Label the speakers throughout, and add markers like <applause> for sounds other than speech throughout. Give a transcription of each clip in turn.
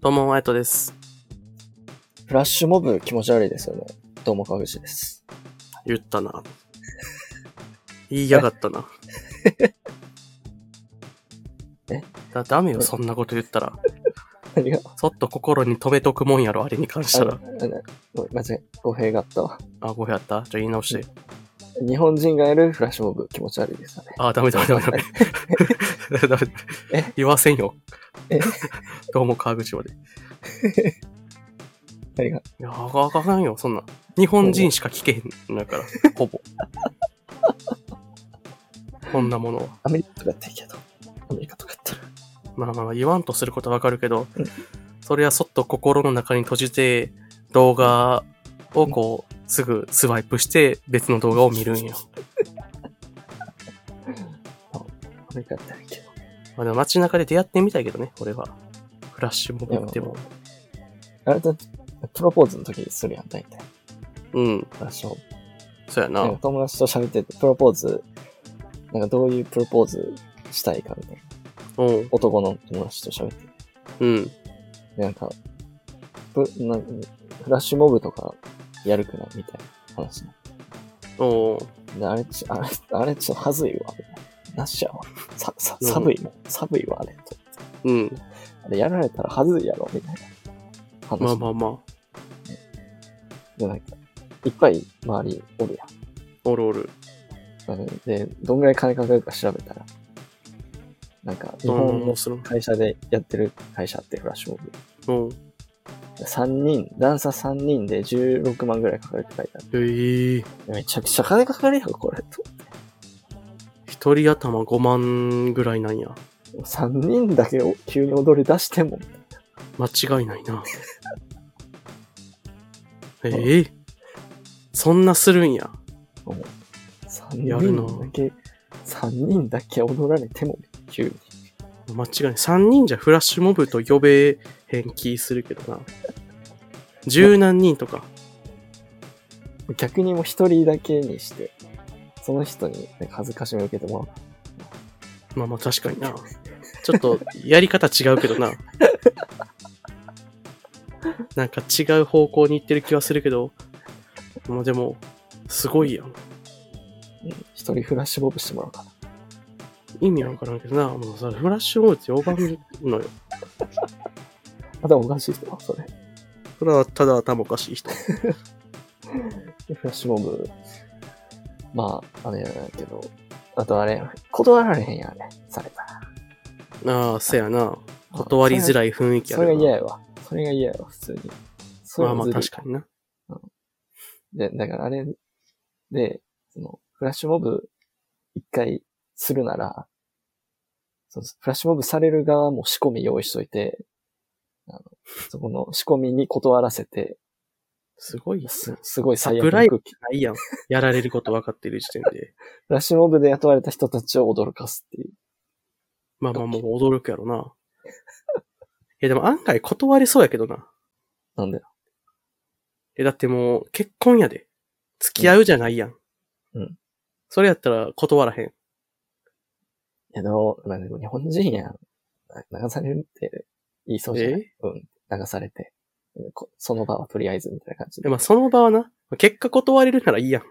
Speaker 1: どうも、マヤトです。
Speaker 2: フラッシュモブ気持ち悪いですよね。どうも、かぐちです。
Speaker 1: 言ったな。言いやがったな。
Speaker 2: え
Speaker 1: だ、ダメよ、そんなこと言ったら。
Speaker 2: 何が
Speaker 1: そっと心に留めとくもんやろ、あれに関し
Speaker 2: あ
Speaker 1: た
Speaker 2: の
Speaker 1: ら。
Speaker 2: あのごめん間違え、語弊があったわ。
Speaker 1: あ、ごめんやったじゃあ言い直して。
Speaker 2: 日本人がやるフラッシュモブ気持ち悪いですよね。
Speaker 1: あ、ダメダメダメダメ。ダメ
Speaker 2: <laughs> え
Speaker 1: 言わせんよ
Speaker 2: え。
Speaker 1: どうも、川口まで。い
Speaker 2: 何が
Speaker 1: や、あかあかんよ、そんな。日本人しか聞けへんだから、ほ
Speaker 2: <laughs>
Speaker 1: ぼ。こんなものは。
Speaker 2: アメリカとかってるけど。アメリカとかってる。
Speaker 1: まあまあまあ言わんとすることはわかるけど
Speaker 2: うん、
Speaker 1: それはそっと心の中に閉じて、動画をこう、すぐスワイプして別の動画を見るんよ。
Speaker 2: アメリカってあるけど。
Speaker 1: まあでも街中で出会ってみたいけどね、俺は。フラッシュモブっても。
Speaker 2: あれだって、プロポーズの時するやん、大体。
Speaker 1: うん、
Speaker 2: フラッシュモブ。
Speaker 1: そうやな。
Speaker 2: なんか友達と喋ってて、プロポーズ、なんかどういうプロポーズしたいかみたいな。
Speaker 1: おう
Speaker 2: 男の友達と喋ってて。
Speaker 1: うん。
Speaker 2: でなんか、ぶなんかフラッシュモブとかやるくないみたいな話になって
Speaker 1: おう
Speaker 2: であれち、 <laughs> あれ、あれちょっとはずいわ。なっしやわ。さ、さ、
Speaker 1: うん
Speaker 2: 寒いもん。寒いわ、あれ。と
Speaker 1: うん。
Speaker 2: あれやられたらはずいやろ、みたいな話。
Speaker 1: まあまあまあ。
Speaker 2: で、なんか、いっぱい周りおる
Speaker 1: おるおる。
Speaker 2: やんうん。で、どんぐらい金かかるか調べたら、なんか、日
Speaker 1: どう
Speaker 2: 本
Speaker 1: も
Speaker 2: の
Speaker 1: する。
Speaker 2: 会社でやってる会社ってフラッシュモブ。
Speaker 1: おう
Speaker 2: 3人、段差3人で16万ぐらいかかるって書いてあ
Speaker 1: えー
Speaker 2: る。めちゃくちゃ金かかるやん、これ。と。
Speaker 1: 一人頭5万ぐらいなんや。
Speaker 2: 3人だけを急に踊り出しても、
Speaker 1: 間違いないな。えーそんなするんや。
Speaker 2: 3
Speaker 1: やるな
Speaker 2: 人だけ、3人だけ踊られても、急に。
Speaker 1: 間違いない。3人じゃフラッシュモブと呼べへん気するけどな。十何人とか。
Speaker 2: 逆にもう一人だけにして、その人に、ね、恥ずかしめを受けても
Speaker 1: まあまあ確かにな。ちょっとやり方違うけどな。なんか違う方向に行ってる気はするけど、まあでも、すごいやん。
Speaker 2: らう。一人フラッシュボブしてもらおうかな。
Speaker 1: 意味わからんけどな。もうさ、フラッシュモブって呼ばんのよ。
Speaker 2: まだおかしい人は、それ。
Speaker 1: それはただ頭おかしい人。
Speaker 2: でフラッシュボブ、まあ、あれやないけど、あとあれ、断られへんやん、あれ、されたら。
Speaker 1: ああ、せやな。断りづ
Speaker 2: い。
Speaker 1: らい雰囲気あ
Speaker 2: それが
Speaker 1: る
Speaker 2: 嫌
Speaker 1: な。
Speaker 2: やわ。それが嫌やわ、普通に。それ
Speaker 1: まあ
Speaker 2: は
Speaker 1: まあ
Speaker 2: ずるい
Speaker 1: 確かにな。
Speaker 2: で、だからあれ、で、その、フラッシュモブ一回するなら、そのフラッシュモブされる側も仕込み用意しといて、あの、そこの仕込みに断らせて、
Speaker 1: すごいっす
Speaker 2: す、すごい最悪
Speaker 1: サプ
Speaker 2: な
Speaker 1: ライ
Speaker 2: 空
Speaker 1: ズ
Speaker 2: 気。
Speaker 1: ないやん。やられること分かってる時点
Speaker 2: <laughs>
Speaker 1: で。
Speaker 2: フラッシュモブで雇われた人たちを驚かすっていう。
Speaker 1: まあまあもう驚くやろな。いやでも案外断れそうやけどな。
Speaker 2: なんだよ。
Speaker 1: え、だってもう結婚やで。付き合うじゃないやん。
Speaker 2: うん。
Speaker 1: それやったら断らへん。
Speaker 2: いや、でも、まあでも日本人やん。な流されるって言いそうじゃない
Speaker 1: え
Speaker 2: うん。流されて。こその場はとりあえずみたいな感じで
Speaker 1: で。まあその場はな、結果断れるならいいやん。
Speaker 2: で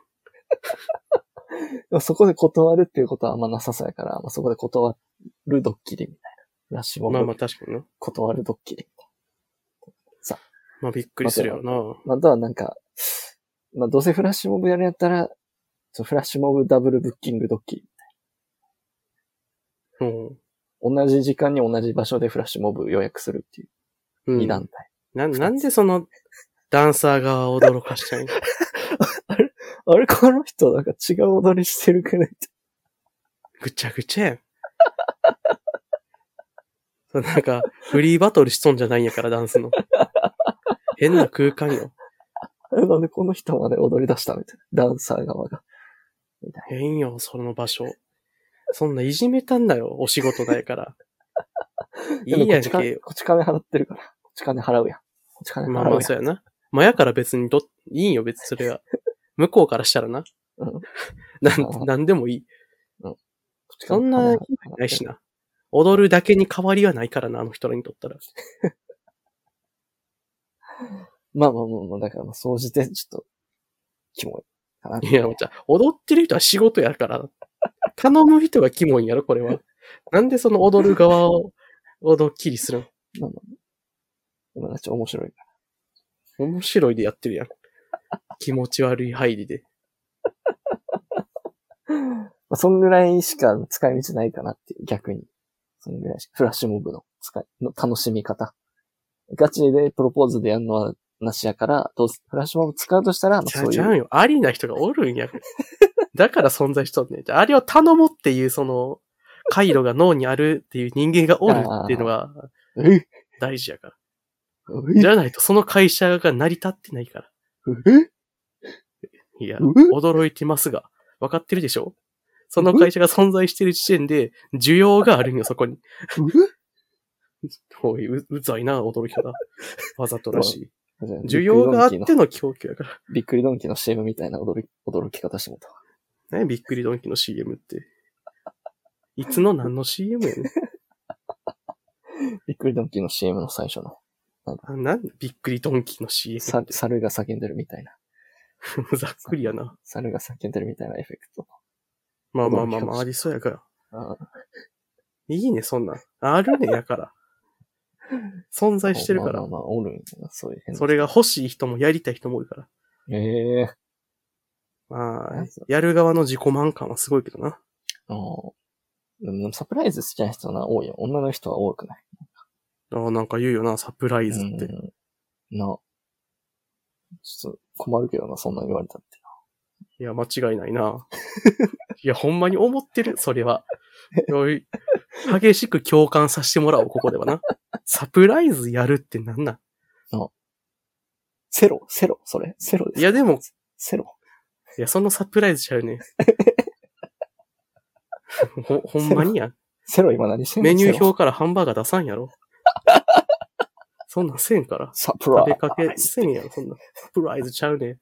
Speaker 2: もそこで断るっていうことはあんまなさそうやから、まあ、そこで断るドッキリみたいな。フラッシュモ
Speaker 1: まあまあ
Speaker 2: ブ
Speaker 1: 確かにな。
Speaker 2: 断るドッキリみたい
Speaker 1: まあびっくりするやろ
Speaker 2: な。またはなんか、まあ、どうせフラッシュモブやるんやったら、そうフラッシュモブダブルブッキングドッキリ。
Speaker 1: な。うん。
Speaker 2: 同じ時間に同じ場所でフラッシュモブ予約するっていううん二。団体。
Speaker 1: な、なんでその、ダンサー側を驚かしたいの
Speaker 2: あれこの人なんか違う踊りしてるくらいって。
Speaker 1: ぐちゃぐちゃやん。 <laughs> そうなんか、フリーバトルしとんじゃないんやから、ダンスの。変な空間よ。
Speaker 2: あれなんでこの人まで踊り出したみたいな。ダンサー側が。みたい
Speaker 1: 変よ、その場所。そんないじめたんだよ、お仕事だから。い
Speaker 2: な。 <laughs> で
Speaker 1: い
Speaker 2: もこ
Speaker 1: やん
Speaker 2: っち金
Speaker 1: け。
Speaker 2: こっち金払ってるから。こっち金払うやん。こっち金払うや
Speaker 1: ま
Speaker 2: ん。
Speaker 1: あまあ、そうやな。まあやから別にど、いいよ、別にそれは。向こうからしたらな。
Speaker 2: うん
Speaker 1: な
Speaker 2: まあま
Speaker 1: ん、
Speaker 2: あ
Speaker 1: なんでもいい。
Speaker 2: こっち金
Speaker 1: そん
Speaker 2: 払
Speaker 1: な
Speaker 2: う、
Speaker 1: ないしな。踊るだけに変わりはないからな、あの人らにとったら。
Speaker 2: まあまあまあまあ、だからまあ、総じてちょっと、キモいかな。
Speaker 1: いや、もうじゃあ踊ってる人は仕事やから、頼む人がキモいんやろ、これは。なんでその踊る側を、をドッキリするん
Speaker 2: まあ、ちょっと面白いか
Speaker 1: 面白いでやってるやん。気持ち悪い入りで。
Speaker 2: ら。まあ、そんぐらいしか使い道ないかなっていう、逆に。そんぐらいしか。フラッシュモブの使い、の楽しみ方。ガチでプロポーズでやるのはなしやから、どうすフラッシュモブ使うとしたら、まあ、
Speaker 1: ちゃ
Speaker 2: そううい
Speaker 1: ちゃう
Speaker 2: う。
Speaker 1: よ。ありな人がおるんや。だから存在しとんねん。じゃああれを頼もうっていう、その、回路が脳にあるっていう人間がおるっていうのが
Speaker 2: うい
Speaker 1: 大事やから。
Speaker 2: うい
Speaker 1: じゃないとその会社が成り立ってないから。
Speaker 2: うい
Speaker 1: いや、
Speaker 2: うい
Speaker 1: 驚いてますが、分かってるでしょその会社が存在してる時点で、需要があるんよ、そこに。
Speaker 2: うい
Speaker 1: おい、ううざいな、驚き方。わざとらしい。
Speaker 2: <laughs>
Speaker 1: <laughs> 需
Speaker 2: 需
Speaker 1: 要があっ
Speaker 2: の
Speaker 1: ての供給やか
Speaker 2: びっくりドンキの CM みたいな驚き驚き方してもうたわ。
Speaker 1: ら。ね、びっくりドンキの CM って。いつの何の CM やねん
Speaker 2: びっくりドンキの CM の最初の。
Speaker 1: あ。なんびっくりドンキの CM
Speaker 2: さ
Speaker 1: って。
Speaker 2: 猿が叫んでるみたいな。
Speaker 1: <laughs> ざっくりやな。
Speaker 2: 猿が叫んでるみたいなエフェクト。
Speaker 1: まあまあまあまあ、ありそうやから。
Speaker 2: あ
Speaker 1: いいね、そんなん。あるね、やから。存在してるか
Speaker 2: まあまあ
Speaker 1: ら。
Speaker 2: まあ、おるんやな、そういう変な
Speaker 1: それが欲しい人もやりたい人もおるから。
Speaker 2: ええ
Speaker 1: ま
Speaker 2: な
Speaker 1: あ
Speaker 2: んすよ、
Speaker 1: やる側の自己満感はすごいけどな。
Speaker 2: あのでもサプライズ好きな人な、多いよ。女の人は多くない。
Speaker 1: ああ、なんか言うよな、サプライズって。
Speaker 2: うんな。ちょっと困るけどな、そんなん言われたって。
Speaker 1: いや、間違いないな。 <laughs> いや、ほんまに思ってる、それは。おい激しく共感させてもらおう、ここではな。サプライズやるってなんなん
Speaker 2: セロ、セロ、それ、セロです。
Speaker 1: いや、でも、
Speaker 2: セロ。
Speaker 1: いや、そのサプライズちゃうね。ほ、ほんまにやん。
Speaker 2: セロ今何してんの
Speaker 1: メニュー
Speaker 2: セロ
Speaker 1: 表からハンバーガー出さんやろ。そんなんせんから。
Speaker 2: サプラ
Speaker 1: 食
Speaker 2: イ
Speaker 1: べ
Speaker 2: ズ。
Speaker 1: か <laughs> けせんやろ、そんなん。サプライズちゃうね。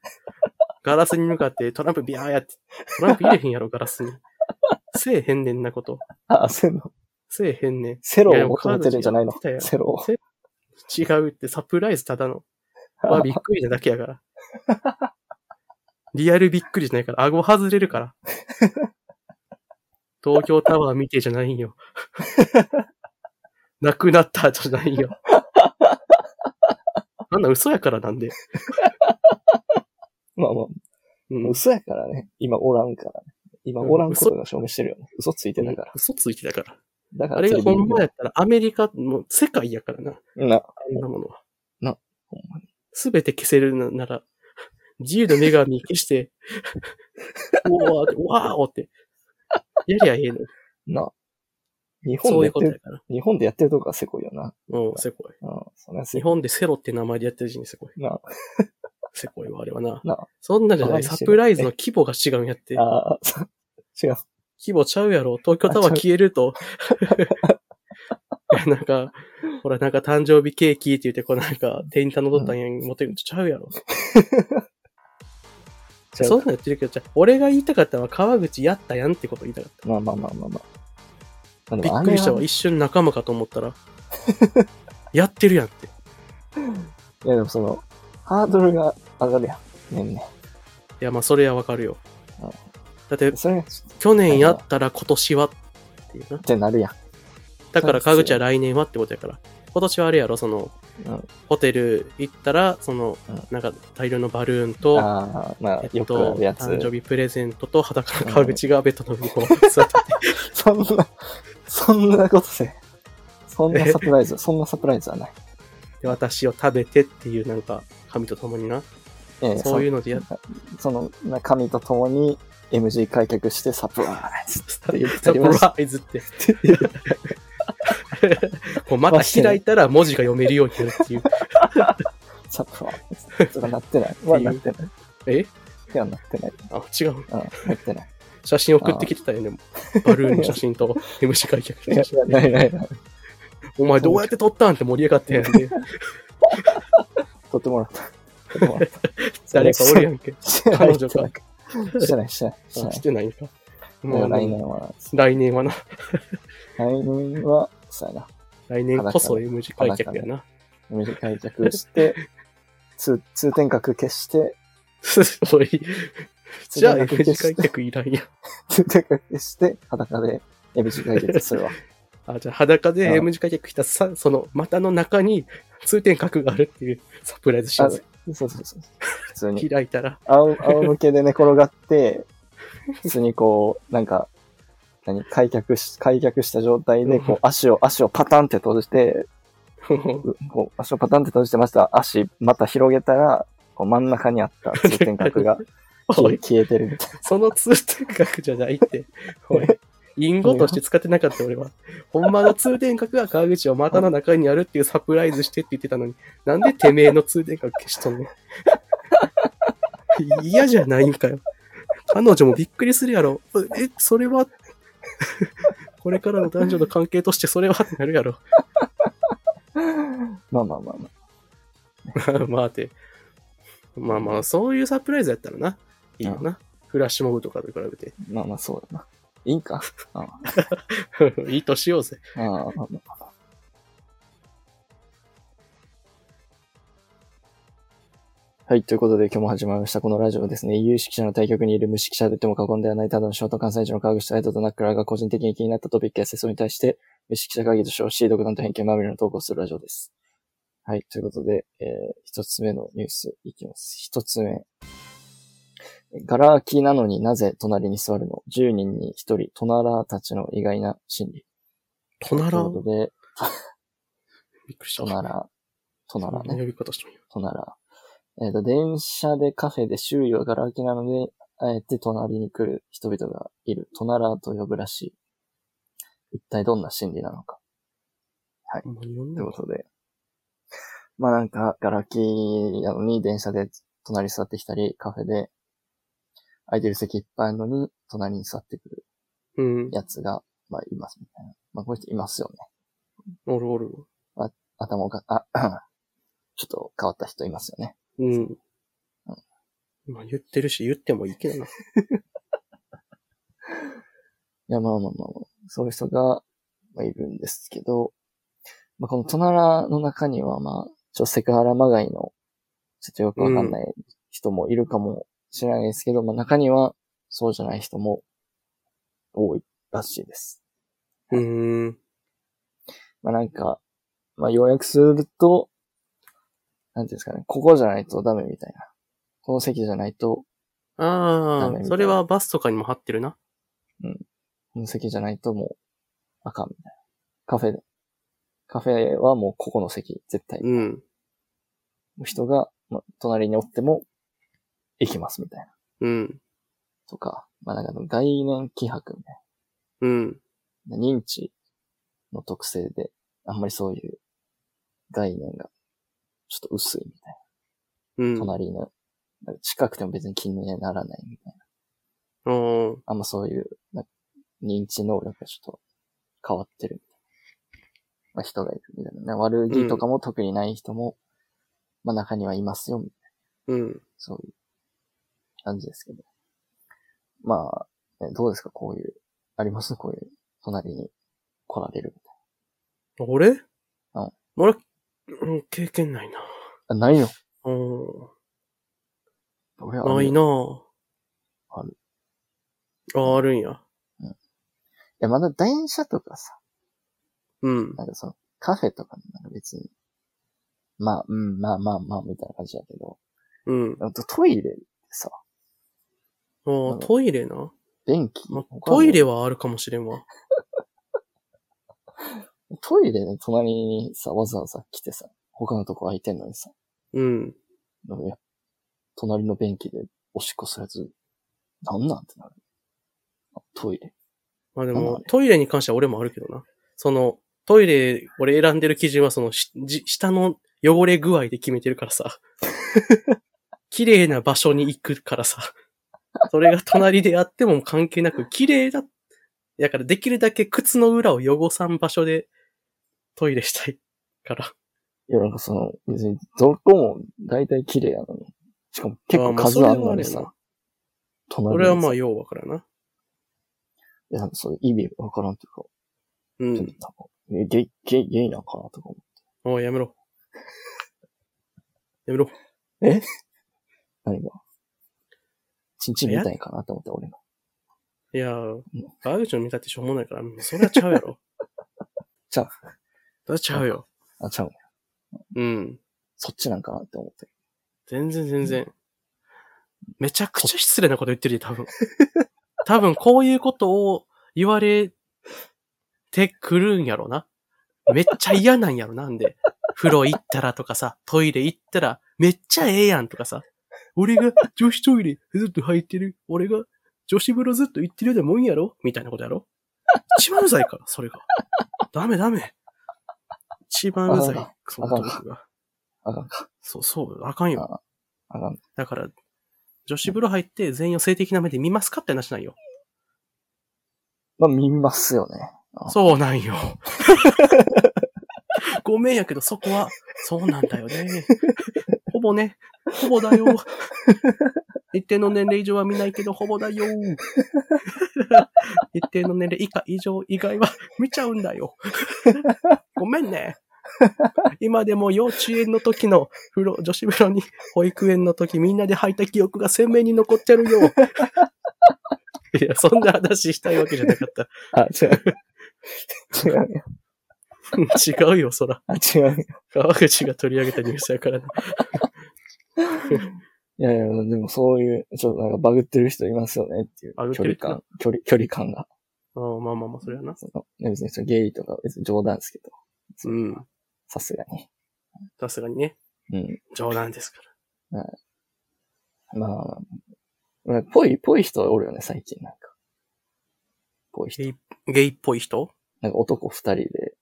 Speaker 1: ガラスに向かってトランプビャーやって。トランプ入れへんやろ、ガラスに。せえへんねんなこと。
Speaker 2: あ、セロ。
Speaker 1: せえへんねん。
Speaker 2: セロ
Speaker 1: いやで
Speaker 2: を
Speaker 1: も
Speaker 2: 求めてるんじゃないの
Speaker 1: カード違う
Speaker 2: セロを。
Speaker 1: 違うってサプライズただの。はびっくりなだけやから。リアルびっくりじゃないから、顎外れるから。東京タワー見てじゃないんよ。 <laughs> 亡くなった後じゃないんよ。なんだ、嘘やからなんで。
Speaker 2: <laughs> まあまあ、
Speaker 1: うん、
Speaker 2: 嘘やからね。今おらんからね。今おらんことが証明してるよね。嘘ついてたから。
Speaker 1: 嘘ついてたから。
Speaker 2: だから
Speaker 1: あれがほんま
Speaker 2: や。
Speaker 1: やったらアメリカ、もう世界やからな。
Speaker 2: な、
Speaker 1: あんなものは。
Speaker 2: な、ほんまに。
Speaker 1: すべて消せるななら、自由の女神消
Speaker 2: <laughs>
Speaker 1: して、うわーって、わーおって、やりゃええの。
Speaker 2: な。日本
Speaker 1: そう
Speaker 2: で
Speaker 1: いう
Speaker 2: やって
Speaker 1: ことや
Speaker 2: る、
Speaker 1: から。
Speaker 2: 日本でやってるとこがせこいよな。
Speaker 1: うん、せこい。
Speaker 2: うん、そりゃせ
Speaker 1: 日
Speaker 2: こ
Speaker 1: 本でセロって名前でやってる人にせこい。
Speaker 2: い。な、
Speaker 1: せこいわ、あれはな。
Speaker 2: な。
Speaker 1: そんなんじゃない。
Speaker 2: かわい
Speaker 1: サ
Speaker 2: い
Speaker 1: プライズの規模が違うんやって。
Speaker 2: ああ、さ違う。
Speaker 1: 規模ちゃうやろ。東京タワー消える <laughs> と。いやなんか、ほら、なんか誕生日ケーキって言って、こうなんか、店員に頼んどったんやん、持ってくるちゃうやろ。
Speaker 2: 違う
Speaker 1: そんなんやってるけど、じゃあ俺が言いたかったのは川口やったやんってこと言いたかった。
Speaker 2: まあまあまあまあまあ。
Speaker 1: びっくりしたわ。
Speaker 2: い
Speaker 1: 一瞬仲間かと思った <laughs> ら。やってるやんって。
Speaker 2: やでもその、ハードルが上がるやん。ねんね。
Speaker 1: いや、まあ、それはわかるよ
Speaker 2: うん。
Speaker 1: だって、
Speaker 2: それがちょっと
Speaker 1: 去年やったら今年はっていうな
Speaker 2: っ。てなるやん。
Speaker 1: だから、川口は来年はってことやから。今年はあれやろ、その、
Speaker 2: うん
Speaker 1: ホテル行ったら、その
Speaker 2: うん、
Speaker 1: なんか大量のバルーンと、
Speaker 2: ああ、まあ、
Speaker 1: えっ
Speaker 2: よくあ
Speaker 1: と、
Speaker 2: るやつ。
Speaker 1: 誕生日プレゼントと裸の川口がベッドの上にこう座ってて、
Speaker 2: そんな、そんなことせん。そんなサプライ
Speaker 1: <laughs>
Speaker 2: ズ、そんなサプライズはない。
Speaker 1: で私を食べてっていう、なんか、神と共にな。
Speaker 2: ええ
Speaker 1: そういうのでやっ
Speaker 2: その中身と共に MG 開脚してサプライズって言って
Speaker 1: サ
Speaker 2: り
Speaker 1: プ
Speaker 2: ました。
Speaker 1: ライズって。
Speaker 2: <laughs>
Speaker 1: こうまた開いたら文字が読めるようになるっていう。
Speaker 2: サプライズとかなってない。は
Speaker 1: <laughs>
Speaker 2: なってない。
Speaker 1: え
Speaker 2: いや、なってない。
Speaker 1: あ、違う。
Speaker 2: うん、なってない。
Speaker 1: 写真送ってきてたよね。バルーンの写真と MC 開脚
Speaker 2: い
Speaker 1: の
Speaker 2: や
Speaker 1: 写真。
Speaker 2: ないないない。
Speaker 1: お前どうやって撮ったんって盛り上がったやんね。
Speaker 2: 撮ってもらった。撮ってもらった。
Speaker 1: 誰かおるやんけ。
Speaker 2: してない。
Speaker 1: 彼
Speaker 2: して
Speaker 1: 女
Speaker 2: な
Speaker 1: か
Speaker 2: い。してない。してない。して
Speaker 1: あ
Speaker 2: ない
Speaker 1: してないんか。
Speaker 2: だから
Speaker 1: もう
Speaker 2: 来年は、
Speaker 1: 来年はな。
Speaker 2: 来年は、そうやな。
Speaker 1: 来年こそ M 字開脚やな。
Speaker 2: MG 開脚して、通、通天閣消して、
Speaker 1: <laughs> おい、じゃあ F
Speaker 2: 通天閣
Speaker 1: 字
Speaker 2: 消
Speaker 1: 開
Speaker 2: して、
Speaker 1: 脚いらんや。
Speaker 2: 通天閣消して、裸で M 字解決す <laughs> るわ。
Speaker 1: あ、じゃあ裸で
Speaker 2: うん
Speaker 1: M 字開脚したさ、その股の中に通天閣があるっていうサプライズシーン
Speaker 2: そうそうそう。普通に。
Speaker 1: 開いた <laughs> ら、
Speaker 2: 仰仰向けで寝転がって、普通にこう、なんか、何開脚し、開脚した状態で、こう、足を、足をパタンって閉じて、うこう、足をパタンって閉じてました。足、また広げたら、こう真ん中にあった通天閣が
Speaker 1: <laughs> お
Speaker 2: 消え
Speaker 1: い、
Speaker 2: 消えてるみたい
Speaker 1: その通天閣じゃないって。おい、隠語として使ってなかった俺は。ほんまの通天閣が川口を股の中にあるっていうサプライズしてって言ってたのに、なんでてめえの通天閣消しとんねん。 <laughs> 嫌じゃないんかよ。彼女もびっくりするやろ。え、それは、 <laughs> これからの男女の関係としてそれはってなるやろ。 <laughs>
Speaker 2: な。まあまあまあまあ。
Speaker 1: まあて。まあまあ、そういうサプライズやったらな。いいよな。フラッシュモブとかと比べて。 <laughs>
Speaker 2: まあまあそうだな。いいか。ああ
Speaker 1: いいとしようぜ。
Speaker 2: ああまあまあはい。ということで、今日も始まりました。このラジオはですね、有識者の対局にいる無識者と言っても過言ではない、ただのショート関西人の川口とエドとナックラーが個人的に気になったトピックや世相に対して、無識者会議と称し、独断と偏見まみれの投稿するラジオです。はい。ということで、えー、一つ目のニュースいきます。一つ目。ガラ空きなのになぜ隣に座るの ?10 人に1人、トナラーたちの意外な心理。
Speaker 1: トナ
Speaker 2: とい
Speaker 1: ラ
Speaker 2: うことで、
Speaker 1: びっくりし
Speaker 2: ト
Speaker 1: た。
Speaker 2: ナラ、トナラ
Speaker 1: 呼
Speaker 2: ね、
Speaker 1: び方してみよ
Speaker 2: トナラ。えっ、と、電車でカフェで周囲はガラ空きなので、あえて隣に来る人々がいる。トナラと呼ぶらしい。一体どんな心理なのか。
Speaker 1: う。もういろん
Speaker 2: とい
Speaker 1: な
Speaker 2: う
Speaker 1: こ
Speaker 2: ことで。まあなんか、ガラ空きなのに電車で隣座ってきたり、カフェで空いてる席いっぱいあるのに、隣に座ってくる
Speaker 1: と。うん。
Speaker 2: やつが、まあいますみたいな。まあこういう人いますよね。
Speaker 1: おるおる。
Speaker 2: 頭おか、あ、 <clears throat> ちょっと変わった人いますよね。
Speaker 1: うん。まあ言ってるし、言ってもいいけどな。
Speaker 2: いや、まあまあまあまあ、そういう人が、まあ、いるんですけど、まあ、このトナラの中には、まあ、ちょっとセクハラまがいの、ちょっとよくわかんない人もいるかもしれないですけど、まあ中には、そうじゃない人も、多いらしいです。
Speaker 1: うーん。
Speaker 2: まあなんか、まあ要約すると、なんていうんですかね、ここじゃないとダメみたいな。この席じゃないと、
Speaker 1: あ
Speaker 2: ダメみた
Speaker 1: あ、
Speaker 2: い
Speaker 1: それはバスとかにも貼ってるな。
Speaker 2: この席じゃないともう、あかんみたいな。カフェで。カフェはもうここの席、絶対。
Speaker 1: うん。
Speaker 2: 人が、まあ、隣におっても、行きますみたいな。
Speaker 1: うん。
Speaker 2: とか、まあ、なんかあの概念気迫みたい
Speaker 1: うん。
Speaker 2: な。認知の特性で、あんまりそういう概念が、ちょっと薄いみたい
Speaker 1: うん。
Speaker 2: な。隣の、なんか近くても別に気にならないみたいな。
Speaker 1: おー
Speaker 2: あんまそういう、なんか認知能力がちょっと変わってるみたいな。まあ、人がいるみたいなね。悪気とかも特にない人も、まあ、中にはいますよ、みたいな。
Speaker 1: うん。
Speaker 2: そういう感じですけど。まあ、ねどうですかこういう、ありますこういう、隣に来られるみたい
Speaker 1: 俺うん。俺、うん経験ないな。
Speaker 2: な。あ、ないよ。
Speaker 1: うん。
Speaker 2: 俺はあんま
Speaker 1: な
Speaker 2: り
Speaker 1: いなぁ
Speaker 2: ある。
Speaker 1: あ、あるんや。
Speaker 2: いや、まだ電車とかさ、
Speaker 1: うん。
Speaker 2: なんかその、カフェとかなんか別に、まあ、うん、まあまあまあ、みたいな感じだけど、
Speaker 1: うん。
Speaker 2: あとトイレ、
Speaker 1: あートイレな。
Speaker 2: 電気、
Speaker 1: まあ
Speaker 2: 他の
Speaker 1: トイレはあるかもしれんわ。
Speaker 2: トイレで隣にさ、わざわざ来てさ、他のとこ空いてんのにさ、
Speaker 1: うん。
Speaker 2: いや隣の便器でおしっこするやつ、なんなんってなる。あトイレ。
Speaker 1: まあで
Speaker 2: なんだ
Speaker 1: も
Speaker 2: ね、
Speaker 1: トイレに関しては俺もあるけどな。その、トイレ、俺選んでる基準はその、しじ下の汚れ具合で決めてるから
Speaker 2: <laughs>
Speaker 1: さ。綺麗な場所に行くからさ。それが隣であっても関係なく、綺麗だ。だからできるだけ靴の裏を汚さん場所でトイレしたいから。
Speaker 2: いや、なんかその、別に、どこも大体綺麗やのに。しかも結構数あるのに
Speaker 1: まあま
Speaker 2: さ
Speaker 1: あ。
Speaker 2: 隣
Speaker 1: それはまあ
Speaker 2: い
Speaker 1: ようわからんな。
Speaker 2: や、なんかそう、意味わからんというか、
Speaker 1: う
Speaker 2: ちょ
Speaker 1: ん。
Speaker 2: っとなんか、えゲイ、ゲイ、ゲイなんかなとか思
Speaker 1: おいやめろ。やめろ。
Speaker 2: え何がチンチン見たいかなと思って、俺の。
Speaker 1: いやー、川口の見たってしょうもないから、もうそれはちゃうやろ。
Speaker 2: <laughs> ちゃう。
Speaker 1: それはちゃうよ。
Speaker 2: あ、ちゃうね。
Speaker 1: うん。
Speaker 2: そっちなんかなって思って。
Speaker 1: 全然全然。めちゃくちゃ失礼なこと言ってるで、多分。 <laughs> 多分こういうことを言われてくるんやろな。めっちゃ嫌なんやろなんで。風呂行ったらとかさ、トイレ行ったら、めっちゃええやんとかさ。俺が女子トイレずっと入ってる。俺が女子風呂ずっと行ってるようなもんやろみたいなことやろ一番うざいから、それが。ダメダメ。一番うざい
Speaker 2: あかん、
Speaker 1: そのトークが。
Speaker 2: あかんか。
Speaker 1: そう、そう、あかんよ。
Speaker 2: あかん。
Speaker 1: だから、女子風呂入って全員を性的な目で見ますかって話なんよ。
Speaker 2: まあ、見ますよね。あ
Speaker 1: そうなんよ。 <laughs> ごめんやけど、そこは、そうなんだよね。ほぼね、ほぼだよ。一定の年齢以上は見ないけど、ほぼだよ。 <laughs> 一定の年齢以下以上以外は見ちゃうんだよ。ごめんね。今でも幼稚園の時の風呂、女子風呂に保育園の時みんなで履いた記憶が鮮明に残ってるよ。いや、そんな話したいわけじゃなかった。
Speaker 2: あ、違う。違うよ。
Speaker 1: 違うよ、そら。
Speaker 2: あ、違うよ。
Speaker 1: 川口が取り上げたニュースやからな。
Speaker 2: いやいや、でもそういう、ちょっとなんかバグってる人いますよねっていう
Speaker 1: バグっ。て
Speaker 2: 距
Speaker 1: る
Speaker 2: 離
Speaker 1: 人
Speaker 2: 感、距離、距離感が。
Speaker 1: うんまあまあまあ、それはな。
Speaker 2: その、ね別にそれゲイとか別に冗談ですけど、
Speaker 1: うん。
Speaker 2: さすがに。
Speaker 1: さすがにね。
Speaker 2: うん。
Speaker 1: 冗談ですから。
Speaker 2: まあまあまあ、ぽい、ぽい人おるよね、最近なんか。ぽい人。
Speaker 1: ゲイ、ゲイっぽい人
Speaker 2: なんか男二人で、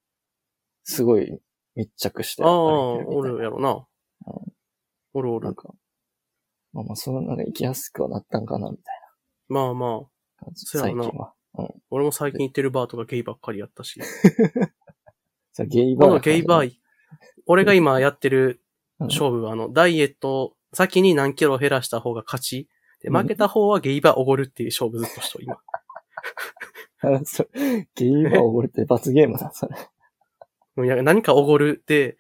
Speaker 2: すごい密着して
Speaker 1: ああ、
Speaker 2: 歩いて
Speaker 1: お
Speaker 2: るみたいな
Speaker 1: るやろな。おるお
Speaker 2: なん
Speaker 1: る。
Speaker 2: か、まあまあ、そのなんか行きやすくはなったんかな、みたい
Speaker 1: まあまあ、
Speaker 2: な感じ。
Speaker 1: そうや
Speaker 2: 最
Speaker 1: な
Speaker 2: 近は。うん。
Speaker 1: 俺も最近行ってるバーとかゲイばっかりやったし。
Speaker 2: それゲイバ
Speaker 1: 今
Speaker 2: ー
Speaker 1: 度。ゲイバー、俺が今やってる
Speaker 2: うん
Speaker 1: 勝負は、あの、ダイエット、先に何キロ減らした方が勝ち。で、負けた方はゲイバーおごるっていう勝負ずっとしとる、今。
Speaker 2: あ <laughs> それゲイバー溺れて罰ゲームだ、それ。
Speaker 1: いや何かおごるで、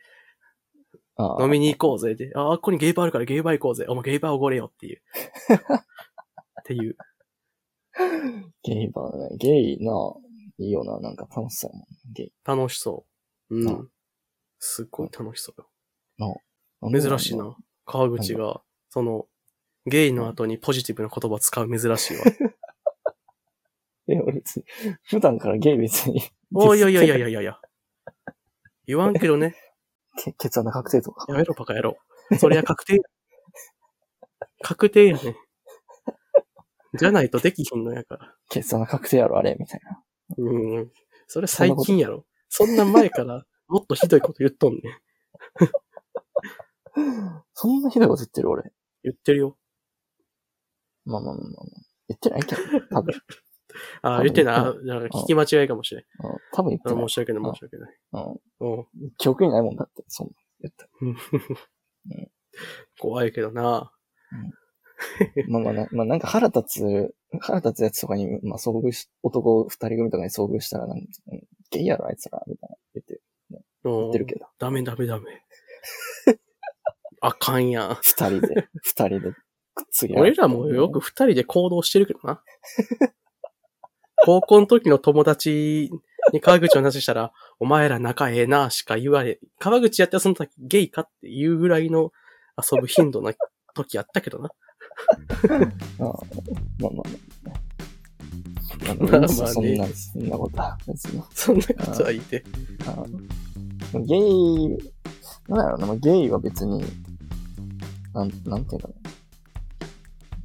Speaker 2: ああ
Speaker 1: 飲みに行こうぜ。で、あ、あっこにゲイバーあるからゲイバー行こうぜ。お前ゲイバーおごれよっていう。っていう。
Speaker 2: ゲイバーね。ゲイな、いいよな、なんか楽しそうや
Speaker 1: 楽しそう。う
Speaker 2: うんん。
Speaker 1: すっごい楽しそう
Speaker 2: もん
Speaker 1: よ。珍しい。な。川口が、その、ゲイの後にポジティブな言葉使う珍 <laughs> しいわ。
Speaker 2: え、俺別に、普段からゲイ別に、 <laughs>
Speaker 1: おいやいやいやいやいやいや。言わんけどね。
Speaker 2: ケケツ穴確定とか。
Speaker 1: やめろバカ野郎。そりゃ確定。確定やね。じゃないとできひんのやから。
Speaker 2: ケツ穴確定やろ、あれ、みたいな。
Speaker 1: うんうん。それ最近やろ。そんな前から、もっとひどいこと言っとんねん。
Speaker 2: そんなひどいこと言ってる、俺。
Speaker 1: 言ってるよ。
Speaker 2: まあまあまあまあ。言ってないけど、多
Speaker 1: あ
Speaker 2: 分。多分
Speaker 1: あ、言ってない。あ
Speaker 2: 言
Speaker 1: なんか聞き間違いかもしれん。
Speaker 2: うん多分言って
Speaker 1: あ
Speaker 2: ない
Speaker 1: 申し訳ない、
Speaker 2: うん
Speaker 1: 申し訳ない。
Speaker 2: うん
Speaker 1: うん。
Speaker 2: 記憶にないもんだって、そんな。言った
Speaker 1: 怖いけどな。
Speaker 2: まあま
Speaker 1: <laughs>
Speaker 2: あな、まあなんか腹立つ、腹立つやつとかに、まあ遭遇し、男二人組とかに遭遇したら、なんか、うんゲイやろ、あいつら、みたいな言って、
Speaker 1: 言
Speaker 2: 言ってるけど。
Speaker 1: ダメダメダメ。 <laughs> あかんやん。
Speaker 2: 二
Speaker 1: <laughs>
Speaker 2: 人で、二人で、くっつけ合う
Speaker 1: 俺らもよく二人で行動してるけどな。 <laughs> 高校の時の友達に川口を話したら、お前ら仲ええなしか言われ、川口やってその時ゲイかっていうぐらいの遊ぶ頻度な時やったけどな。
Speaker 2: ああまあまあまあ。
Speaker 1: まあまあね
Speaker 2: そんな、そんなことは、別に。
Speaker 1: そんなことは言って。
Speaker 2: あのゲイ、なんやろな、まあゲイは別に、なん、なんていうか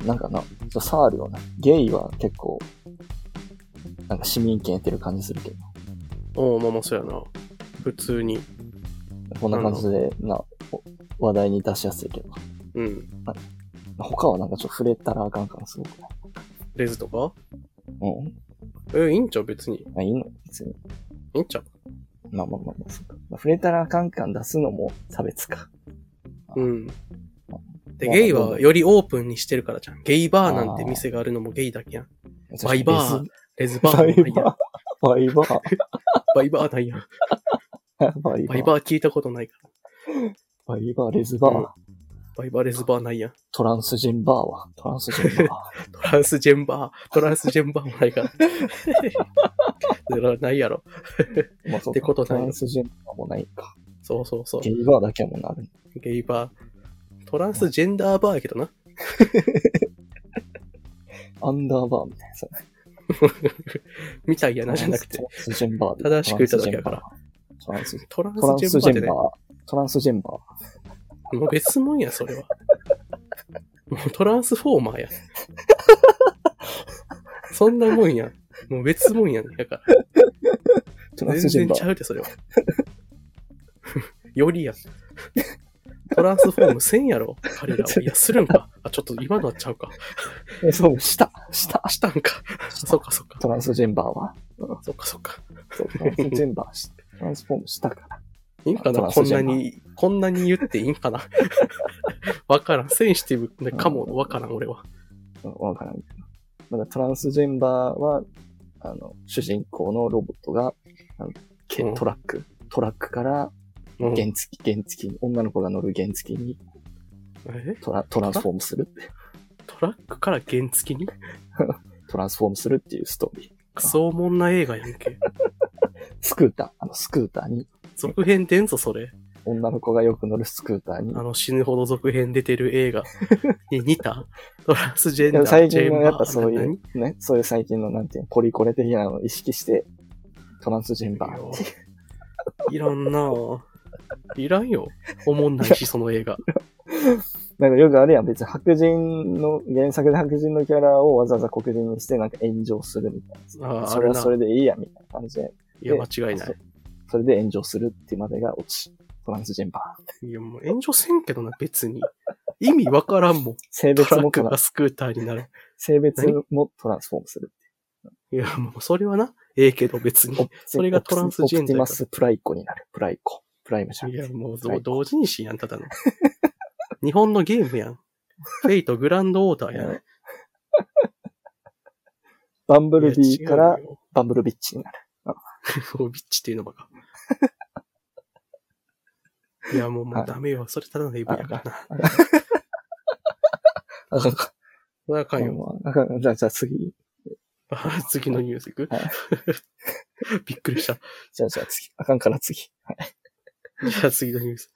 Speaker 2: な。なんかな、ちょっと差あるよな。ゲイは結構、なんか市民権得てる感じするけど。
Speaker 1: おうまあまあそうやな。普通に。
Speaker 2: こんな感じで、な、お話題に出しやすいけど。
Speaker 1: うん。
Speaker 2: 他はなんかちょっと触れたらあかんからすごくない。
Speaker 1: レズとか
Speaker 2: うん。
Speaker 1: え、いいんちゃう別に。
Speaker 2: まあいいの別に。
Speaker 1: いいんちゃう
Speaker 2: まあまあまあまあ、そうか。まあ触れたらあかん感出すのも差別か。
Speaker 1: うん。で、
Speaker 2: まあ
Speaker 1: ゲイはよりオープンにしてるからじゃん。ゲイバーなんて店があるのもゲイだけやん。バイバー。レズバーも
Speaker 2: バ
Speaker 1: ない
Speaker 2: イ
Speaker 1: やん
Speaker 2: バ。ー。バイバー。
Speaker 1: バイバーないやん。
Speaker 2: バイバ
Speaker 1: バイ
Speaker 2: ー。
Speaker 1: バー聞いたことないか
Speaker 2: バイバー、レズバー。
Speaker 1: うんバイバレズバーないやん。
Speaker 2: トランスジェンバーは。トランスジェンバ
Speaker 1: トランスジェンバー、トランスジェンバーもないから。それは <laughs> ないやろ。<laughs>
Speaker 2: ー。まあ、そ
Speaker 1: っ
Speaker 2: う
Speaker 1: てこと
Speaker 2: か
Speaker 1: ない
Speaker 2: トランスジェンバーもないか。
Speaker 1: そうそうそう
Speaker 2: ゲ。イバーだけはもうなる。
Speaker 1: ゲイバー。トランスジェンダーバーやけどな。
Speaker 2: アンダーバーみたいなさ。
Speaker 1: みたいやなじゃなくて
Speaker 2: ト。ランスジェンバーで。
Speaker 1: 正しく言っただけやから
Speaker 2: トランスジェン
Speaker 1: トラン
Speaker 2: バー。トラン
Speaker 1: ス
Speaker 2: ス
Speaker 1: ジ
Speaker 2: ジ
Speaker 1: ェンバーって
Speaker 2: ェン
Speaker 1: ね
Speaker 2: バ。ー。トランスジェンバー。
Speaker 1: もう別もんや、それは。もうトランスフォーマーや。そんなもんや。もう別もんやね。だか
Speaker 2: トラ
Speaker 1: ら、
Speaker 2: ンスジェ
Speaker 1: 全然
Speaker 2: ンバ
Speaker 1: ち
Speaker 2: ー。
Speaker 1: ゃうて、それは。 <laughs> よりや。トランスフォームせんやろ、彼らは。
Speaker 2: <laughs>
Speaker 1: いや、するんか。あ、ちょっと今のはちゃうか。
Speaker 2: えそう、下。下
Speaker 1: あ、。したん
Speaker 2: <laughs>
Speaker 1: か。そっかそっか。
Speaker 2: トランスジェンバーは。
Speaker 1: そっかそっか。
Speaker 2: そう、トランスジェンバーし。トランスフォームしたから。
Speaker 1: いいんか
Speaker 2: ト
Speaker 1: な
Speaker 2: ラン
Speaker 1: こ
Speaker 2: ス
Speaker 1: ん
Speaker 2: ジ
Speaker 1: な
Speaker 2: ェンダー
Speaker 1: に、こんなに言っていいんかな <laughs> わからん。センシティブかもわからん、俺は。
Speaker 2: うんわからんけど。なんかトランスジェンバーは、あの、主人公のロボットが、あのけ
Speaker 1: うん
Speaker 2: トラック、トラックから
Speaker 1: うん
Speaker 2: 原付き、原付きに、女の子が乗る原付きに
Speaker 1: え
Speaker 2: トラトランスフォームするって、
Speaker 1: トラックから原付きに
Speaker 2: トランスフォームするっていうストーリー。
Speaker 1: クソおもんな映画やん
Speaker 2: <laughs>
Speaker 1: け。
Speaker 2: スクーター、あの、スクーターに、
Speaker 1: 続編出んぞ、それ。
Speaker 2: 女の子がよく乗るスクーターに
Speaker 1: あ、の死ぬほど続編出てる映
Speaker 2: <laughs>
Speaker 1: 画に似たトランスジェンダ
Speaker 2: で
Speaker 1: ー
Speaker 2: も。最近のやっぱ
Speaker 1: ジェ
Speaker 2: そう
Speaker 1: ンバー
Speaker 2: いう、ね、そういう最近のなんていうの、ポリコレ的なのを意識して、トランスジェンバーっていう
Speaker 1: <laughs> 何いらんなぁ。いらんよ。おもんないし、その映画。
Speaker 2: <laughs> なんかよくあるやん、別に白人の、原作で白人のキャラをわざわざ黒人にしてなんか炎上するみたい
Speaker 1: ああ
Speaker 2: な。
Speaker 1: ー、あ
Speaker 2: それ
Speaker 1: る
Speaker 2: は
Speaker 1: な
Speaker 2: そ。れでいいや、みたいな感じで。
Speaker 1: いや、間違いな
Speaker 2: そ
Speaker 1: い。。
Speaker 2: それで炎上するっていうまでが落ち。トランスジェンバー。
Speaker 1: いや、もう炎上せんけどな、別に。意味わからんもん。
Speaker 2: 性
Speaker 1: ト
Speaker 2: <laughs> 別
Speaker 1: ラッ
Speaker 2: も
Speaker 1: ク
Speaker 2: トラ
Speaker 1: がスクーターになる。
Speaker 2: 性別もトランスフォームする。
Speaker 1: いや、もうそれはな、ええけど別に。それがトランスジェンダー
Speaker 2: オプティマスプライコになる。プライコ。プライムじゃん
Speaker 1: い。や、もうど同人誌やん、ただの。日本のゲームやん。フェイトグランドオーダーやん。
Speaker 2: <laughs> バンブル
Speaker 1: い
Speaker 2: ビ
Speaker 1: や
Speaker 2: ーから
Speaker 1: 違うよ
Speaker 2: バンブルビッチになる。
Speaker 1: そう、ビッチっていうのばか。 <laughs> いや、もう、も
Speaker 2: は
Speaker 1: う
Speaker 2: い
Speaker 1: ダメよ。それただの AV やからな。
Speaker 2: あかんか。
Speaker 1: それはあかんよ。
Speaker 2: もうあかんじゃあ、じゃあ次。
Speaker 1: あ次のニュースいく
Speaker 2: はい
Speaker 1: <laughs> びっくりした。
Speaker 2: じゃあ、じゃあ次。あかんから次。はい。
Speaker 1: じゃあ次のニュース。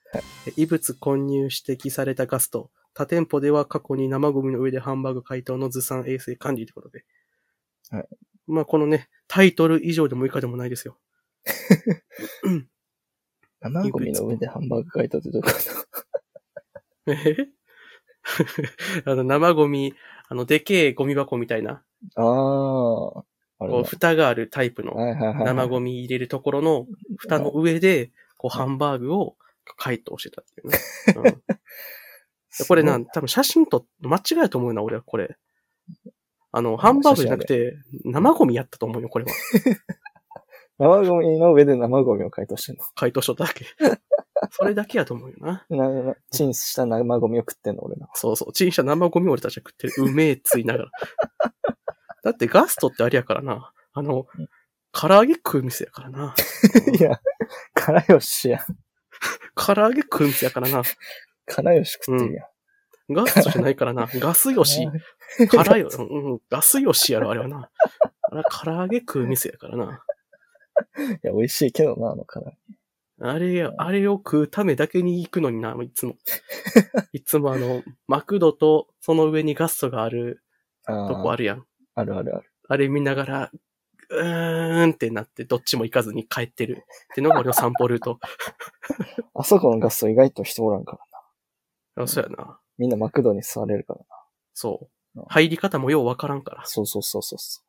Speaker 1: 異物混入指摘されたガスと、他店舗では過去に生ゴミの上でハンバーグ解凍のずさん衛生管理ということで。
Speaker 2: はい。
Speaker 1: まあ、このね、タイトル以上でも以下でもないですよ。
Speaker 2: 生ゴミの上でハンバーグ書いたってどういうこと <laughs>
Speaker 1: えへ <laughs> あの、生ゴミ、あの、でけえゴミ箱みたいな、
Speaker 2: ああ。あれ
Speaker 1: こう、蓋があるタイプの、
Speaker 2: はいはいはい。
Speaker 1: 生ゴミ入れるところの蓋の上で、こう、ハンバーグを解凍してたって <laughs> いうね。うんでこれな、多分写真と、間違いだと思うな、俺はこれ。あの、ハンバーグじゃなくて、生ゴミやったと思うよ、これは。
Speaker 2: 生ゴミの上で生ゴミを解凍してん
Speaker 1: 解凍しとっただ <laughs> け。それだけやと思うよな。
Speaker 2: の。ななチンした生ゴミを食ってんの、俺
Speaker 1: <laughs>
Speaker 2: ら。
Speaker 1: そうそう。チンした生ゴミ俺たちは食ってる。うめえ、ついながら。だってガストってあれやからな。あの、唐揚げ食う店やからな。
Speaker 2: いや、からよしやん。
Speaker 1: 唐揚げ食う店やからな。
Speaker 2: からよし食ってるやん。
Speaker 1: ガストじゃないからな。ガスヨシ。辛いよ。 <laughs> うん、ガスよしやろ、あれはな。あれは唐揚げ食う店やからな。
Speaker 2: いや、美味しいけどな、あのから。
Speaker 1: あれや、あれを食うためだけに行くのにな、いつ <laughs> も。いつもあの、マクドとその上にガストがある
Speaker 2: あ
Speaker 1: とこあ
Speaker 2: る。
Speaker 1: るやん。
Speaker 2: あるあるある。
Speaker 1: あれ見ながら、うーんってなって、どっちも行かずに帰ってる。ってのが俺の散歩ルー <laughs> ト。
Speaker 2: あそこのガスト意外と人おらんから。
Speaker 1: あそうやな。
Speaker 2: みんなマクドに座れるからな。
Speaker 1: そう。入り方もようわからんから。
Speaker 2: そうそうそうそうそ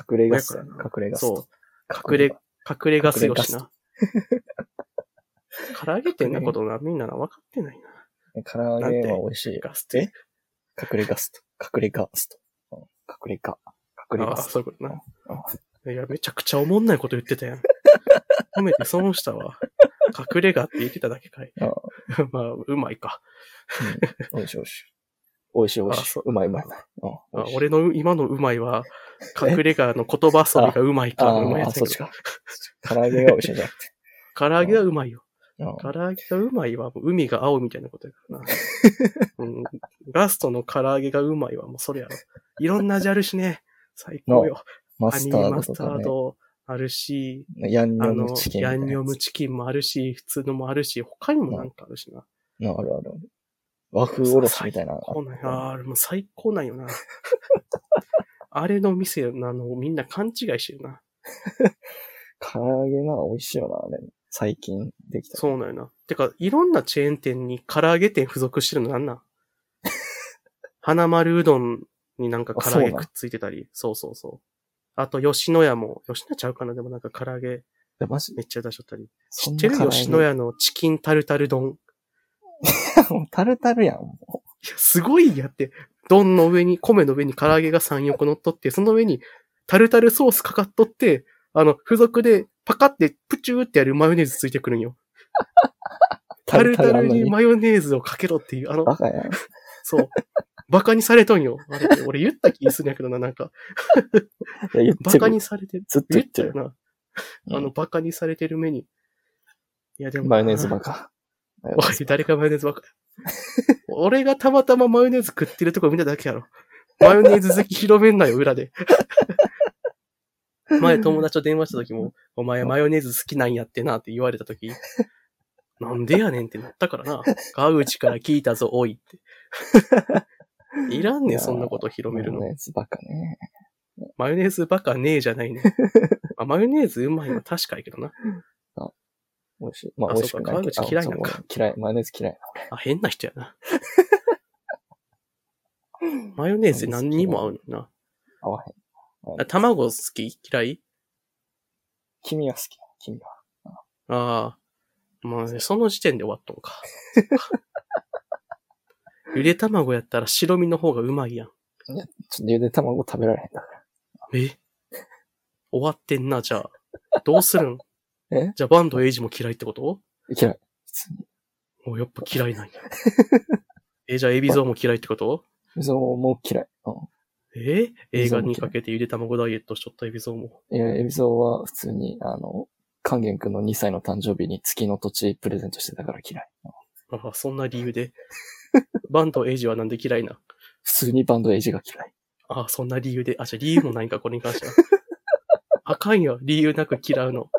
Speaker 2: う。隠れガストやん。
Speaker 1: だ
Speaker 2: 隠れガス
Speaker 1: そ
Speaker 2: ト。
Speaker 1: う。隠れ、隠れガスよしな。 <laughs> 唐揚げ店のことな、みんなな分かってないな。
Speaker 2: 唐揚げは美味しいよ。
Speaker 1: ガスト。
Speaker 2: え隠れガスト。隠れガスト。うん隠れガ。隠れ
Speaker 1: あ
Speaker 2: ガ
Speaker 1: あ、
Speaker 2: ス
Speaker 1: そ
Speaker 2: ト。
Speaker 1: ういうことな。いや、めちゃくちゃおもんないこと言ってたやん。 <laughs> 褒めて損したわ。隠れ家って言ってただけかい。
Speaker 2: ああ
Speaker 1: <laughs> まあ、うまいか。
Speaker 2: 美味しい美味しい。美味しい美
Speaker 1: <laughs>
Speaker 2: 味
Speaker 1: あ
Speaker 2: しい
Speaker 1: そう。
Speaker 2: うまいうまい。うん美
Speaker 1: あ
Speaker 2: 味しい
Speaker 1: 俺の今のうまいは、隠れ家の言葉遊びがうまいか、
Speaker 2: あ
Speaker 1: うまいや
Speaker 2: あ、
Speaker 1: つ
Speaker 2: そ
Speaker 1: や
Speaker 2: っち
Speaker 1: けど。
Speaker 2: か。唐揚げが美味しいんじゃなくて。
Speaker 1: 唐揚げはうまいよ。
Speaker 2: うん
Speaker 1: 唐揚げがうまいは、もう海が青みたいなことや
Speaker 2: <laughs>
Speaker 1: からな。うん、ガストの唐揚げがうまいは、もうそれやろ。いろんな味あるしね。最高よ。
Speaker 2: マ
Speaker 1: ハ
Speaker 2: ス
Speaker 1: ニ
Speaker 2: タ
Speaker 1: ー
Speaker 2: ー
Speaker 1: マ
Speaker 2: ド
Speaker 1: ス
Speaker 2: と
Speaker 1: タ
Speaker 2: か
Speaker 1: ー
Speaker 2: ね。
Speaker 1: ドあるし、
Speaker 2: ヤンニ
Speaker 1: あ
Speaker 2: ョ
Speaker 1: の
Speaker 2: ムチ、キンみた
Speaker 1: ヤ
Speaker 2: いなやつ。
Speaker 1: ンニョムチキンもあるし、普通のもあるし、他にもなんかあるしな。
Speaker 2: なあるあるある。和風おろしみたいな。
Speaker 1: 最高なんやあれもう最高なんよ
Speaker 2: <laughs>
Speaker 1: な。あれの店なのをみんな勘違いしてるな。
Speaker 2: 唐揚げな、美味しいよな、あれ。最近できた。
Speaker 1: そうなんよな。てか、いろんなチェーン店に唐揚げ店付属してるのなん
Speaker 2: <laughs>
Speaker 1: なん花丸うどんになんか唐揚げくっついてたり。そうそうそう。あと、吉野家も、吉野家ちゃうかなでもなんか唐揚げ
Speaker 2: でマジ
Speaker 1: めっちゃ出しちゃったり。知
Speaker 2: そん
Speaker 1: ってる
Speaker 2: な唐揚げ
Speaker 1: 吉野家のチキンタルタル丼。
Speaker 2: <laughs> もうタルタルやん。もう
Speaker 1: いや、すごいやって。丼の上に、米の上に唐揚げが3、4個乗っとって、その上にタルタルソースかかっとって、あの、付属でパカってプチューってやるマヨネーズついてくるんよ。タルタ
Speaker 2: あ
Speaker 1: ル
Speaker 2: んの
Speaker 1: に
Speaker 2: に。
Speaker 1: マヨネーズをかけろっていう、あの、
Speaker 2: バカやん。
Speaker 1: そう。バカにされとんよ。あれ俺言った気するんやけどな、なんか。
Speaker 2: いや言っ
Speaker 1: バ
Speaker 2: て
Speaker 1: カ
Speaker 2: る。
Speaker 1: にされてる。
Speaker 2: ずっと
Speaker 1: 言
Speaker 2: 言
Speaker 1: っ
Speaker 2: ったて
Speaker 1: よ
Speaker 2: る。
Speaker 1: な。
Speaker 2: うん
Speaker 1: あの、バカにされてる目に。いや、でも。
Speaker 2: マヨネーズバカ。マヨネ
Speaker 1: <laughs> お
Speaker 2: ー
Speaker 1: い、
Speaker 2: ズ
Speaker 1: 誰かマヨネーズばっか。俺がたまたまマヨネーズ食ってるとこ見ただけやろ。マヨネーズ好き広めんなよ、裏で。 <laughs> 前友達と電話した時も、お前マヨネーズ好きなんやってなって言われた時、なんでやねんってなったから <laughs> な。川口から聞いたぞ、おい <laughs> って。いらんねん、そんなこと広めるの
Speaker 2: マ。ヨネーズバカね。
Speaker 1: マヨネーズバカねえじゃない <laughs> ね。あマヨネーズうまいのは確かやけどな。
Speaker 2: 美味しい。まあ、
Speaker 1: あ
Speaker 2: 美味しくないけど。
Speaker 1: そうか川口嫌いなんか
Speaker 2: あそう俺嫌い。マヨネーズ嫌い。
Speaker 1: あ、変な人や <laughs> な。マヨネーズ何にも合うのにな。
Speaker 2: 合わへん。
Speaker 1: あ卵好き嫌い
Speaker 2: 君は好き。君は。
Speaker 1: ああ。まあね、その時点で終わっとんか。ゆで卵やったら白身の方がうまいやん。
Speaker 2: ちょっとゆで卵食べられへんだから。
Speaker 1: え終わってんな、じゃあ。どうするん
Speaker 2: え
Speaker 1: じゃあバンドエイジも嫌いってこと
Speaker 2: 嫌い。普通に。
Speaker 1: もうやっぱ嫌いなんや。え、じゃあエビゾーも嫌いってこと
Speaker 2: うぞも嫌い。う
Speaker 1: え映
Speaker 2: ビゾ
Speaker 1: 画
Speaker 2: ーも嫌い
Speaker 1: にかけてゆで卵ダイエットしとったエビゾーも。
Speaker 2: ん。いや、エビゾは普通に、あの、還元くんの2歳の誕生日に月の土地プレゼントしてたから嫌い。
Speaker 1: ああ、そんな理由で。バンドエイジはなんで嫌いなん
Speaker 2: 普通にバンドエイジが嫌い。
Speaker 1: ああ、そんな理由で。あ、じゃあ理由もないんか、これに関して
Speaker 2: <laughs>
Speaker 1: は。あかんよ、理由なく嫌うの。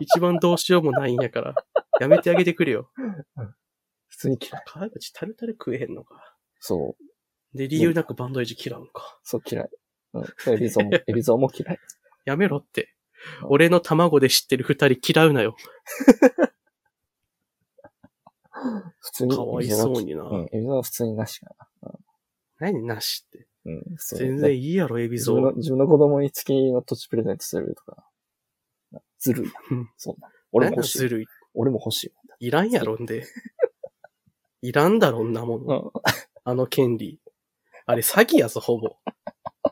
Speaker 1: 一番どうしようもないんやから。やめてあげてくれよ。
Speaker 2: 普通に嫌い。
Speaker 1: 川口タルタル食えへんのか。
Speaker 2: そう。
Speaker 1: で、理由なくバンドエイジ嫌うのか。
Speaker 2: そう嫌い。うん。エビ <laughs> ゾも、エビゾも嫌い。
Speaker 1: やめろって。俺の卵で知ってる二人嫌うなよ。
Speaker 2: 普通に。
Speaker 1: かわいそうにな
Speaker 2: うん。エビゾは普通になしか
Speaker 1: 何なしって。
Speaker 2: な。うん。普通に
Speaker 1: 全然いいやろ、エビ
Speaker 2: 自
Speaker 1: ゾ
Speaker 2: 分の
Speaker 1: ー。
Speaker 2: 自分の子供に月の土地プレゼントするとか。ずるいや
Speaker 1: うん
Speaker 2: ん。そんな。俺も
Speaker 1: 何
Speaker 2: 欲
Speaker 1: が
Speaker 2: し
Speaker 1: ず
Speaker 2: い。
Speaker 1: るい。
Speaker 2: 俺も欲しい。
Speaker 1: いらんやろ、んで。いらんだろ、んなもの。
Speaker 2: うん。
Speaker 1: あの権利。あれ詐欺やぞ、ほぼ。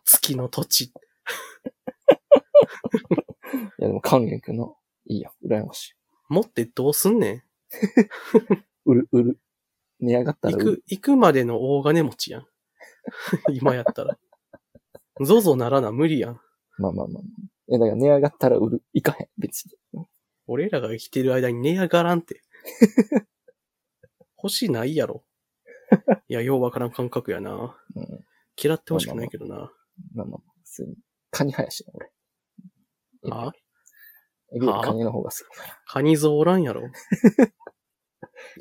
Speaker 1: 月の土地。
Speaker 2: いやでも還元くんの、いいやん。羨ましい。
Speaker 1: 持ってどうすんねん。
Speaker 2: 売る、売る。値上がったら
Speaker 1: 行
Speaker 2: 売る。
Speaker 1: く、行くまでの大金持ちやん。 <laughs> 今やったら。ゾゾならな無理やん。
Speaker 2: まあまあまあまあ。いやだから値上がったら売る。行かへん。別に。
Speaker 1: 俺らが生きてる間に値上がらんって。 <laughs> 欲しないやろ。いや、ようわからん感覚やな。
Speaker 2: うん。
Speaker 1: 嫌ってほしくないけどな。
Speaker 2: まあまあまあ。普通に。カニ林や俺。
Speaker 1: あ
Speaker 2: エビよ
Speaker 1: はあ
Speaker 2: りカニの方が好きだから。
Speaker 1: カニゾウおらん
Speaker 2: <laughs>
Speaker 1: やろ。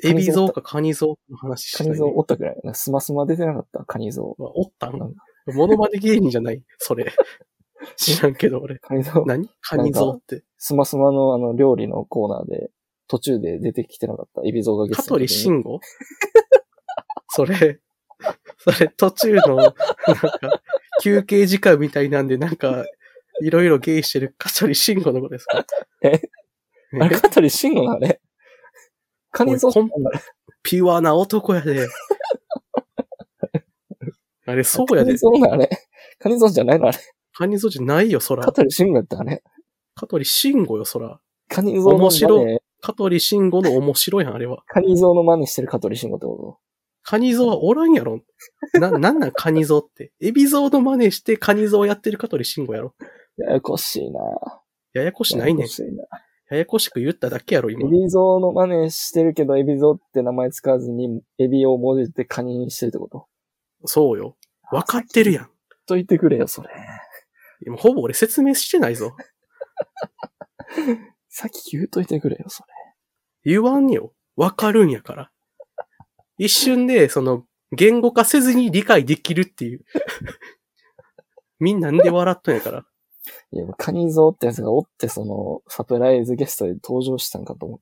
Speaker 1: エビゾウかカニゾウの話し
Speaker 2: カ
Speaker 1: たい、ね。
Speaker 2: ニ像おったくらい。なんかスマスマ出てなかったカニ像。
Speaker 1: まあおったん
Speaker 2: なん
Speaker 1: モノマネ芸人じゃないそ
Speaker 2: <laughs>
Speaker 1: れ。知らんけど俺。
Speaker 2: カニ像、
Speaker 1: 何カニゾウって。
Speaker 2: スマスマのあの料理のコーナーで、途中で出てきてなかったエビ像がゲ
Speaker 1: 香
Speaker 2: スト
Speaker 1: 取
Speaker 2: に
Speaker 1: 慎吾 <laughs> それ、それ途中の、なんか、休憩時間みたいなんで、なんか、いろいろゲイしてる香取慎吾のことですか
Speaker 2: えあれ、
Speaker 1: え
Speaker 2: カトリシンゴなのあれ。カニゾ
Speaker 1: おいコンピュアな男やで。あれ、そうや
Speaker 2: カ
Speaker 1: で
Speaker 2: ニ。ゾなのあれ。カニゾじゃないのあれ。
Speaker 1: カニゾじゃないよ、そ
Speaker 2: カ
Speaker 1: ら。
Speaker 2: トリシンゴやったあれ。
Speaker 1: 香取慎吾よ、そら。
Speaker 2: カニゾの
Speaker 1: 面白い
Speaker 2: 真似
Speaker 1: 香取慎吾の面白いやん、あれは。
Speaker 2: カニゾの真似してるカトリシンゴってこ
Speaker 1: カニゾはおらんやろ。な、なんなんカニゾって。エビゾの真似してカニゾやってる香取慎吾やろ。
Speaker 2: とややこしいな
Speaker 1: ややこしないね
Speaker 2: やや
Speaker 1: ん
Speaker 2: こ。しいな
Speaker 1: ややこしく言っただけやろ、
Speaker 2: エ
Speaker 1: 今。
Speaker 2: ビゾーの真似してるけど、エビゾーって名前使わずに、エビを文字でカニにしてるってこと
Speaker 1: そうよ。わかってるやん。
Speaker 2: と言ってくれよ、それ。
Speaker 1: 今ほぼ俺説明してないぞ。
Speaker 2: さっき言うといてくれよ、それ。
Speaker 1: 言わんよ。わかるんやから。一瞬で、その、言語化せずに理解できるっていう。 <laughs> みんなんで笑っとんやから。
Speaker 2: いや、カニゾーってやつがおって、その、サプライズゲストで登場したんかと思っ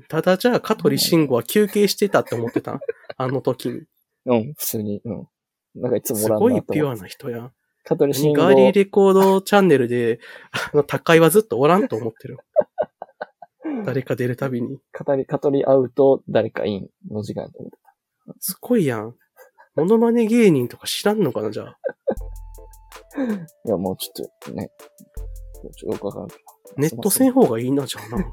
Speaker 2: て。
Speaker 1: ただじゃあ、香取慎吾は休憩してたって思ってたんあの時に。
Speaker 2: うん、普通に。うん。なんかいつも
Speaker 1: す
Speaker 2: おらんなと
Speaker 1: ご
Speaker 2: 思
Speaker 1: い
Speaker 2: って。
Speaker 1: ピュアな人やん。
Speaker 2: カトリシ
Speaker 1: 何
Speaker 2: ンゴ
Speaker 1: ガーリーレコードチャンネルで、あの、高井はずっとおらんと思ってる。誰か出るたびに。
Speaker 2: 語り、語り合うと誰かインの時間やと思って
Speaker 1: すごいやん。モノマネ芸人とか知らんのかな、じゃあ。
Speaker 2: いや、もうちょっとね、ちょっとよくわからんけど。
Speaker 1: ネットせん方がいいな、じゃあな。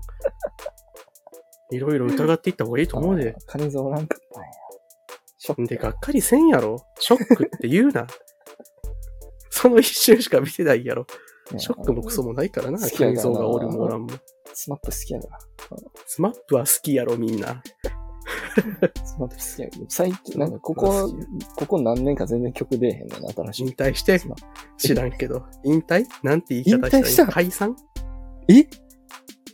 Speaker 1: いろいろ疑っていった方がいいと思うで
Speaker 2: あ。。カニゾーなんかったんや。ショック。
Speaker 1: で、がっかりせんやろ。ショックって言うな。その一瞬しか見てないやろ。
Speaker 2: ね
Speaker 1: ショックもクソもないからな、
Speaker 2: 好きやから
Speaker 1: 金蔵
Speaker 2: な
Speaker 1: がおるもおらんも。
Speaker 2: スマップ好きやから。
Speaker 1: スマップは好きやろ、みんな。
Speaker 2: スマップ好きやけど、最近、なんかここ、ここ何年か全然曲出えへんのな、新し
Speaker 1: 引
Speaker 2: い。
Speaker 1: 退して
Speaker 2: スマッ
Speaker 1: 知らんけど。引退なんて言い方したらいい
Speaker 2: 引退した
Speaker 1: 解散
Speaker 2: プえ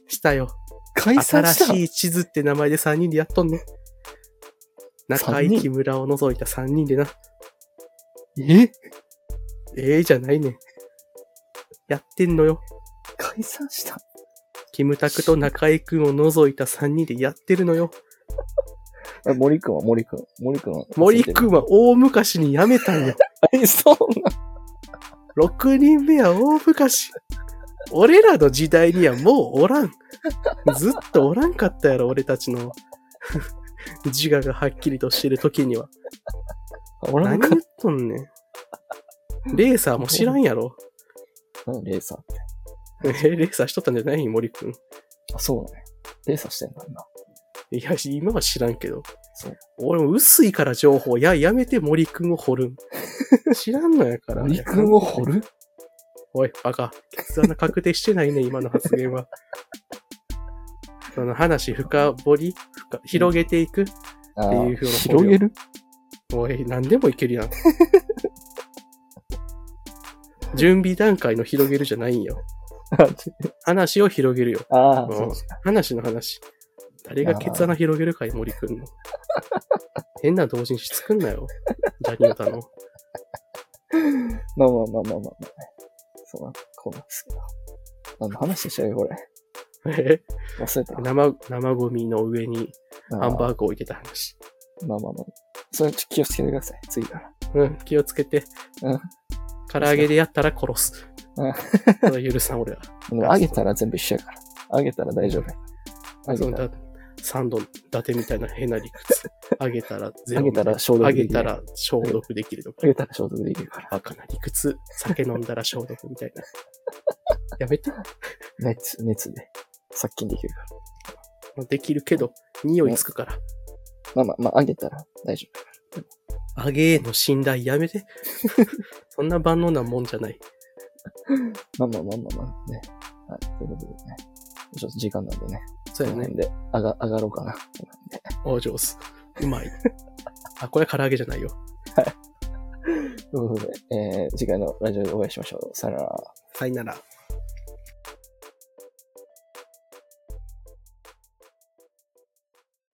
Speaker 1: したよ。
Speaker 2: 解散
Speaker 1: 新
Speaker 2: した
Speaker 1: しい地図って名前で3人でやっとんね。中
Speaker 2: 三
Speaker 1: 井
Speaker 2: 人
Speaker 1: 木村を除いた3人でな。
Speaker 2: え
Speaker 1: ええじゃないねん。やってんのよ。
Speaker 2: 解散した
Speaker 1: キムタクと中井くんを除いた3人でやってるのよ。
Speaker 2: あ森くんは森くん。森くんは。
Speaker 1: 森くんは大昔に辞めた
Speaker 2: <laughs>
Speaker 1: んよ。
Speaker 2: え、そうな。
Speaker 1: 6人目は大昔。俺らの時代にはもうおらん。ずっとおらんかったやろ、俺たちの。 <laughs> 自我がはっきりとしてる時には。
Speaker 2: おら
Speaker 1: 何
Speaker 2: んか
Speaker 1: 言っとんね
Speaker 2: <laughs>
Speaker 1: ん。レーサーも知らんやろ。
Speaker 2: 何レーサーって。
Speaker 1: え、レーサーしとったんじゃない森くん。
Speaker 2: あ、そうね。レーサーしてんだな。
Speaker 1: いや、今は知らんけど。
Speaker 2: そう。
Speaker 1: 俺も薄いから情報。いや、やめて森くんを掘る
Speaker 2: <laughs>
Speaker 1: ん。知らんのやから。
Speaker 2: 森くんを掘る
Speaker 1: おい、バカ。決断確定してないね、今の発言は。その話深掘り深広げていく
Speaker 2: あ
Speaker 1: ってい
Speaker 2: ー
Speaker 1: う風な
Speaker 2: 広げる
Speaker 1: おい、何でもいけるやん。
Speaker 2: <laughs>
Speaker 1: 準備段階の広げるじゃないんよ。話を広げるよ。
Speaker 2: ああ、
Speaker 1: うん
Speaker 2: そうですか。
Speaker 1: 話の話。誰がケツ穴広げるかい、森くんの。 <laughs> 変な同人誌作んなよ。ジャニオタの。
Speaker 2: まあまあまあまあまあまあね。そうなん、こうなんですけど。何の話でしたっけ、これ。
Speaker 1: え
Speaker 2: 忘れた。
Speaker 1: 生、生ゴミの上にハンバ
Speaker 2: ー
Speaker 1: ーグを置いてた話。
Speaker 2: グ。まあまあまあ。それちょっと気をつけてください、次から。
Speaker 1: うん、気をつけて。
Speaker 2: うん
Speaker 1: 唐揚げでやったら殺す。
Speaker 2: うん
Speaker 1: それ許さん、俺は。
Speaker 2: でも揚げたら全部一緒やから。揚げたら大丈夫や。揚
Speaker 1: そ
Speaker 2: げ
Speaker 1: の
Speaker 2: たら、
Speaker 1: だサンド、伊達みたいな変な理屈。揚げたらゼロ
Speaker 2: 揚げたら消毒
Speaker 1: 揚
Speaker 2: で
Speaker 1: げ
Speaker 2: きる。
Speaker 1: たら消毒できるとか
Speaker 2: 揚。げたら消毒できるから。
Speaker 1: バカな理屈。酒飲んだら消毒みた
Speaker 2: <laughs>
Speaker 1: いな。やめて。
Speaker 2: 熱、熱で。殺菌できるから。
Speaker 1: できるけど、匂いつくから。
Speaker 2: まあまあ、まあ、揚げたら大丈夫。
Speaker 1: 揚げへの信頼やめて。 <laughs> そんな万能なもんじゃない。
Speaker 2: まあまあまあまあまあ、ね。はい、ということでね。ちょっと時間なんでね。
Speaker 1: そうや
Speaker 2: この
Speaker 1: ね。
Speaker 2: 辺で、上が、上がろうかな。 <laughs> この辺で
Speaker 1: お上手。うまい。あ、これは唐揚げじゃないよ。
Speaker 2: ということで、えー、次回のラジオでお会いしましょう。さよなら。
Speaker 1: さよなら。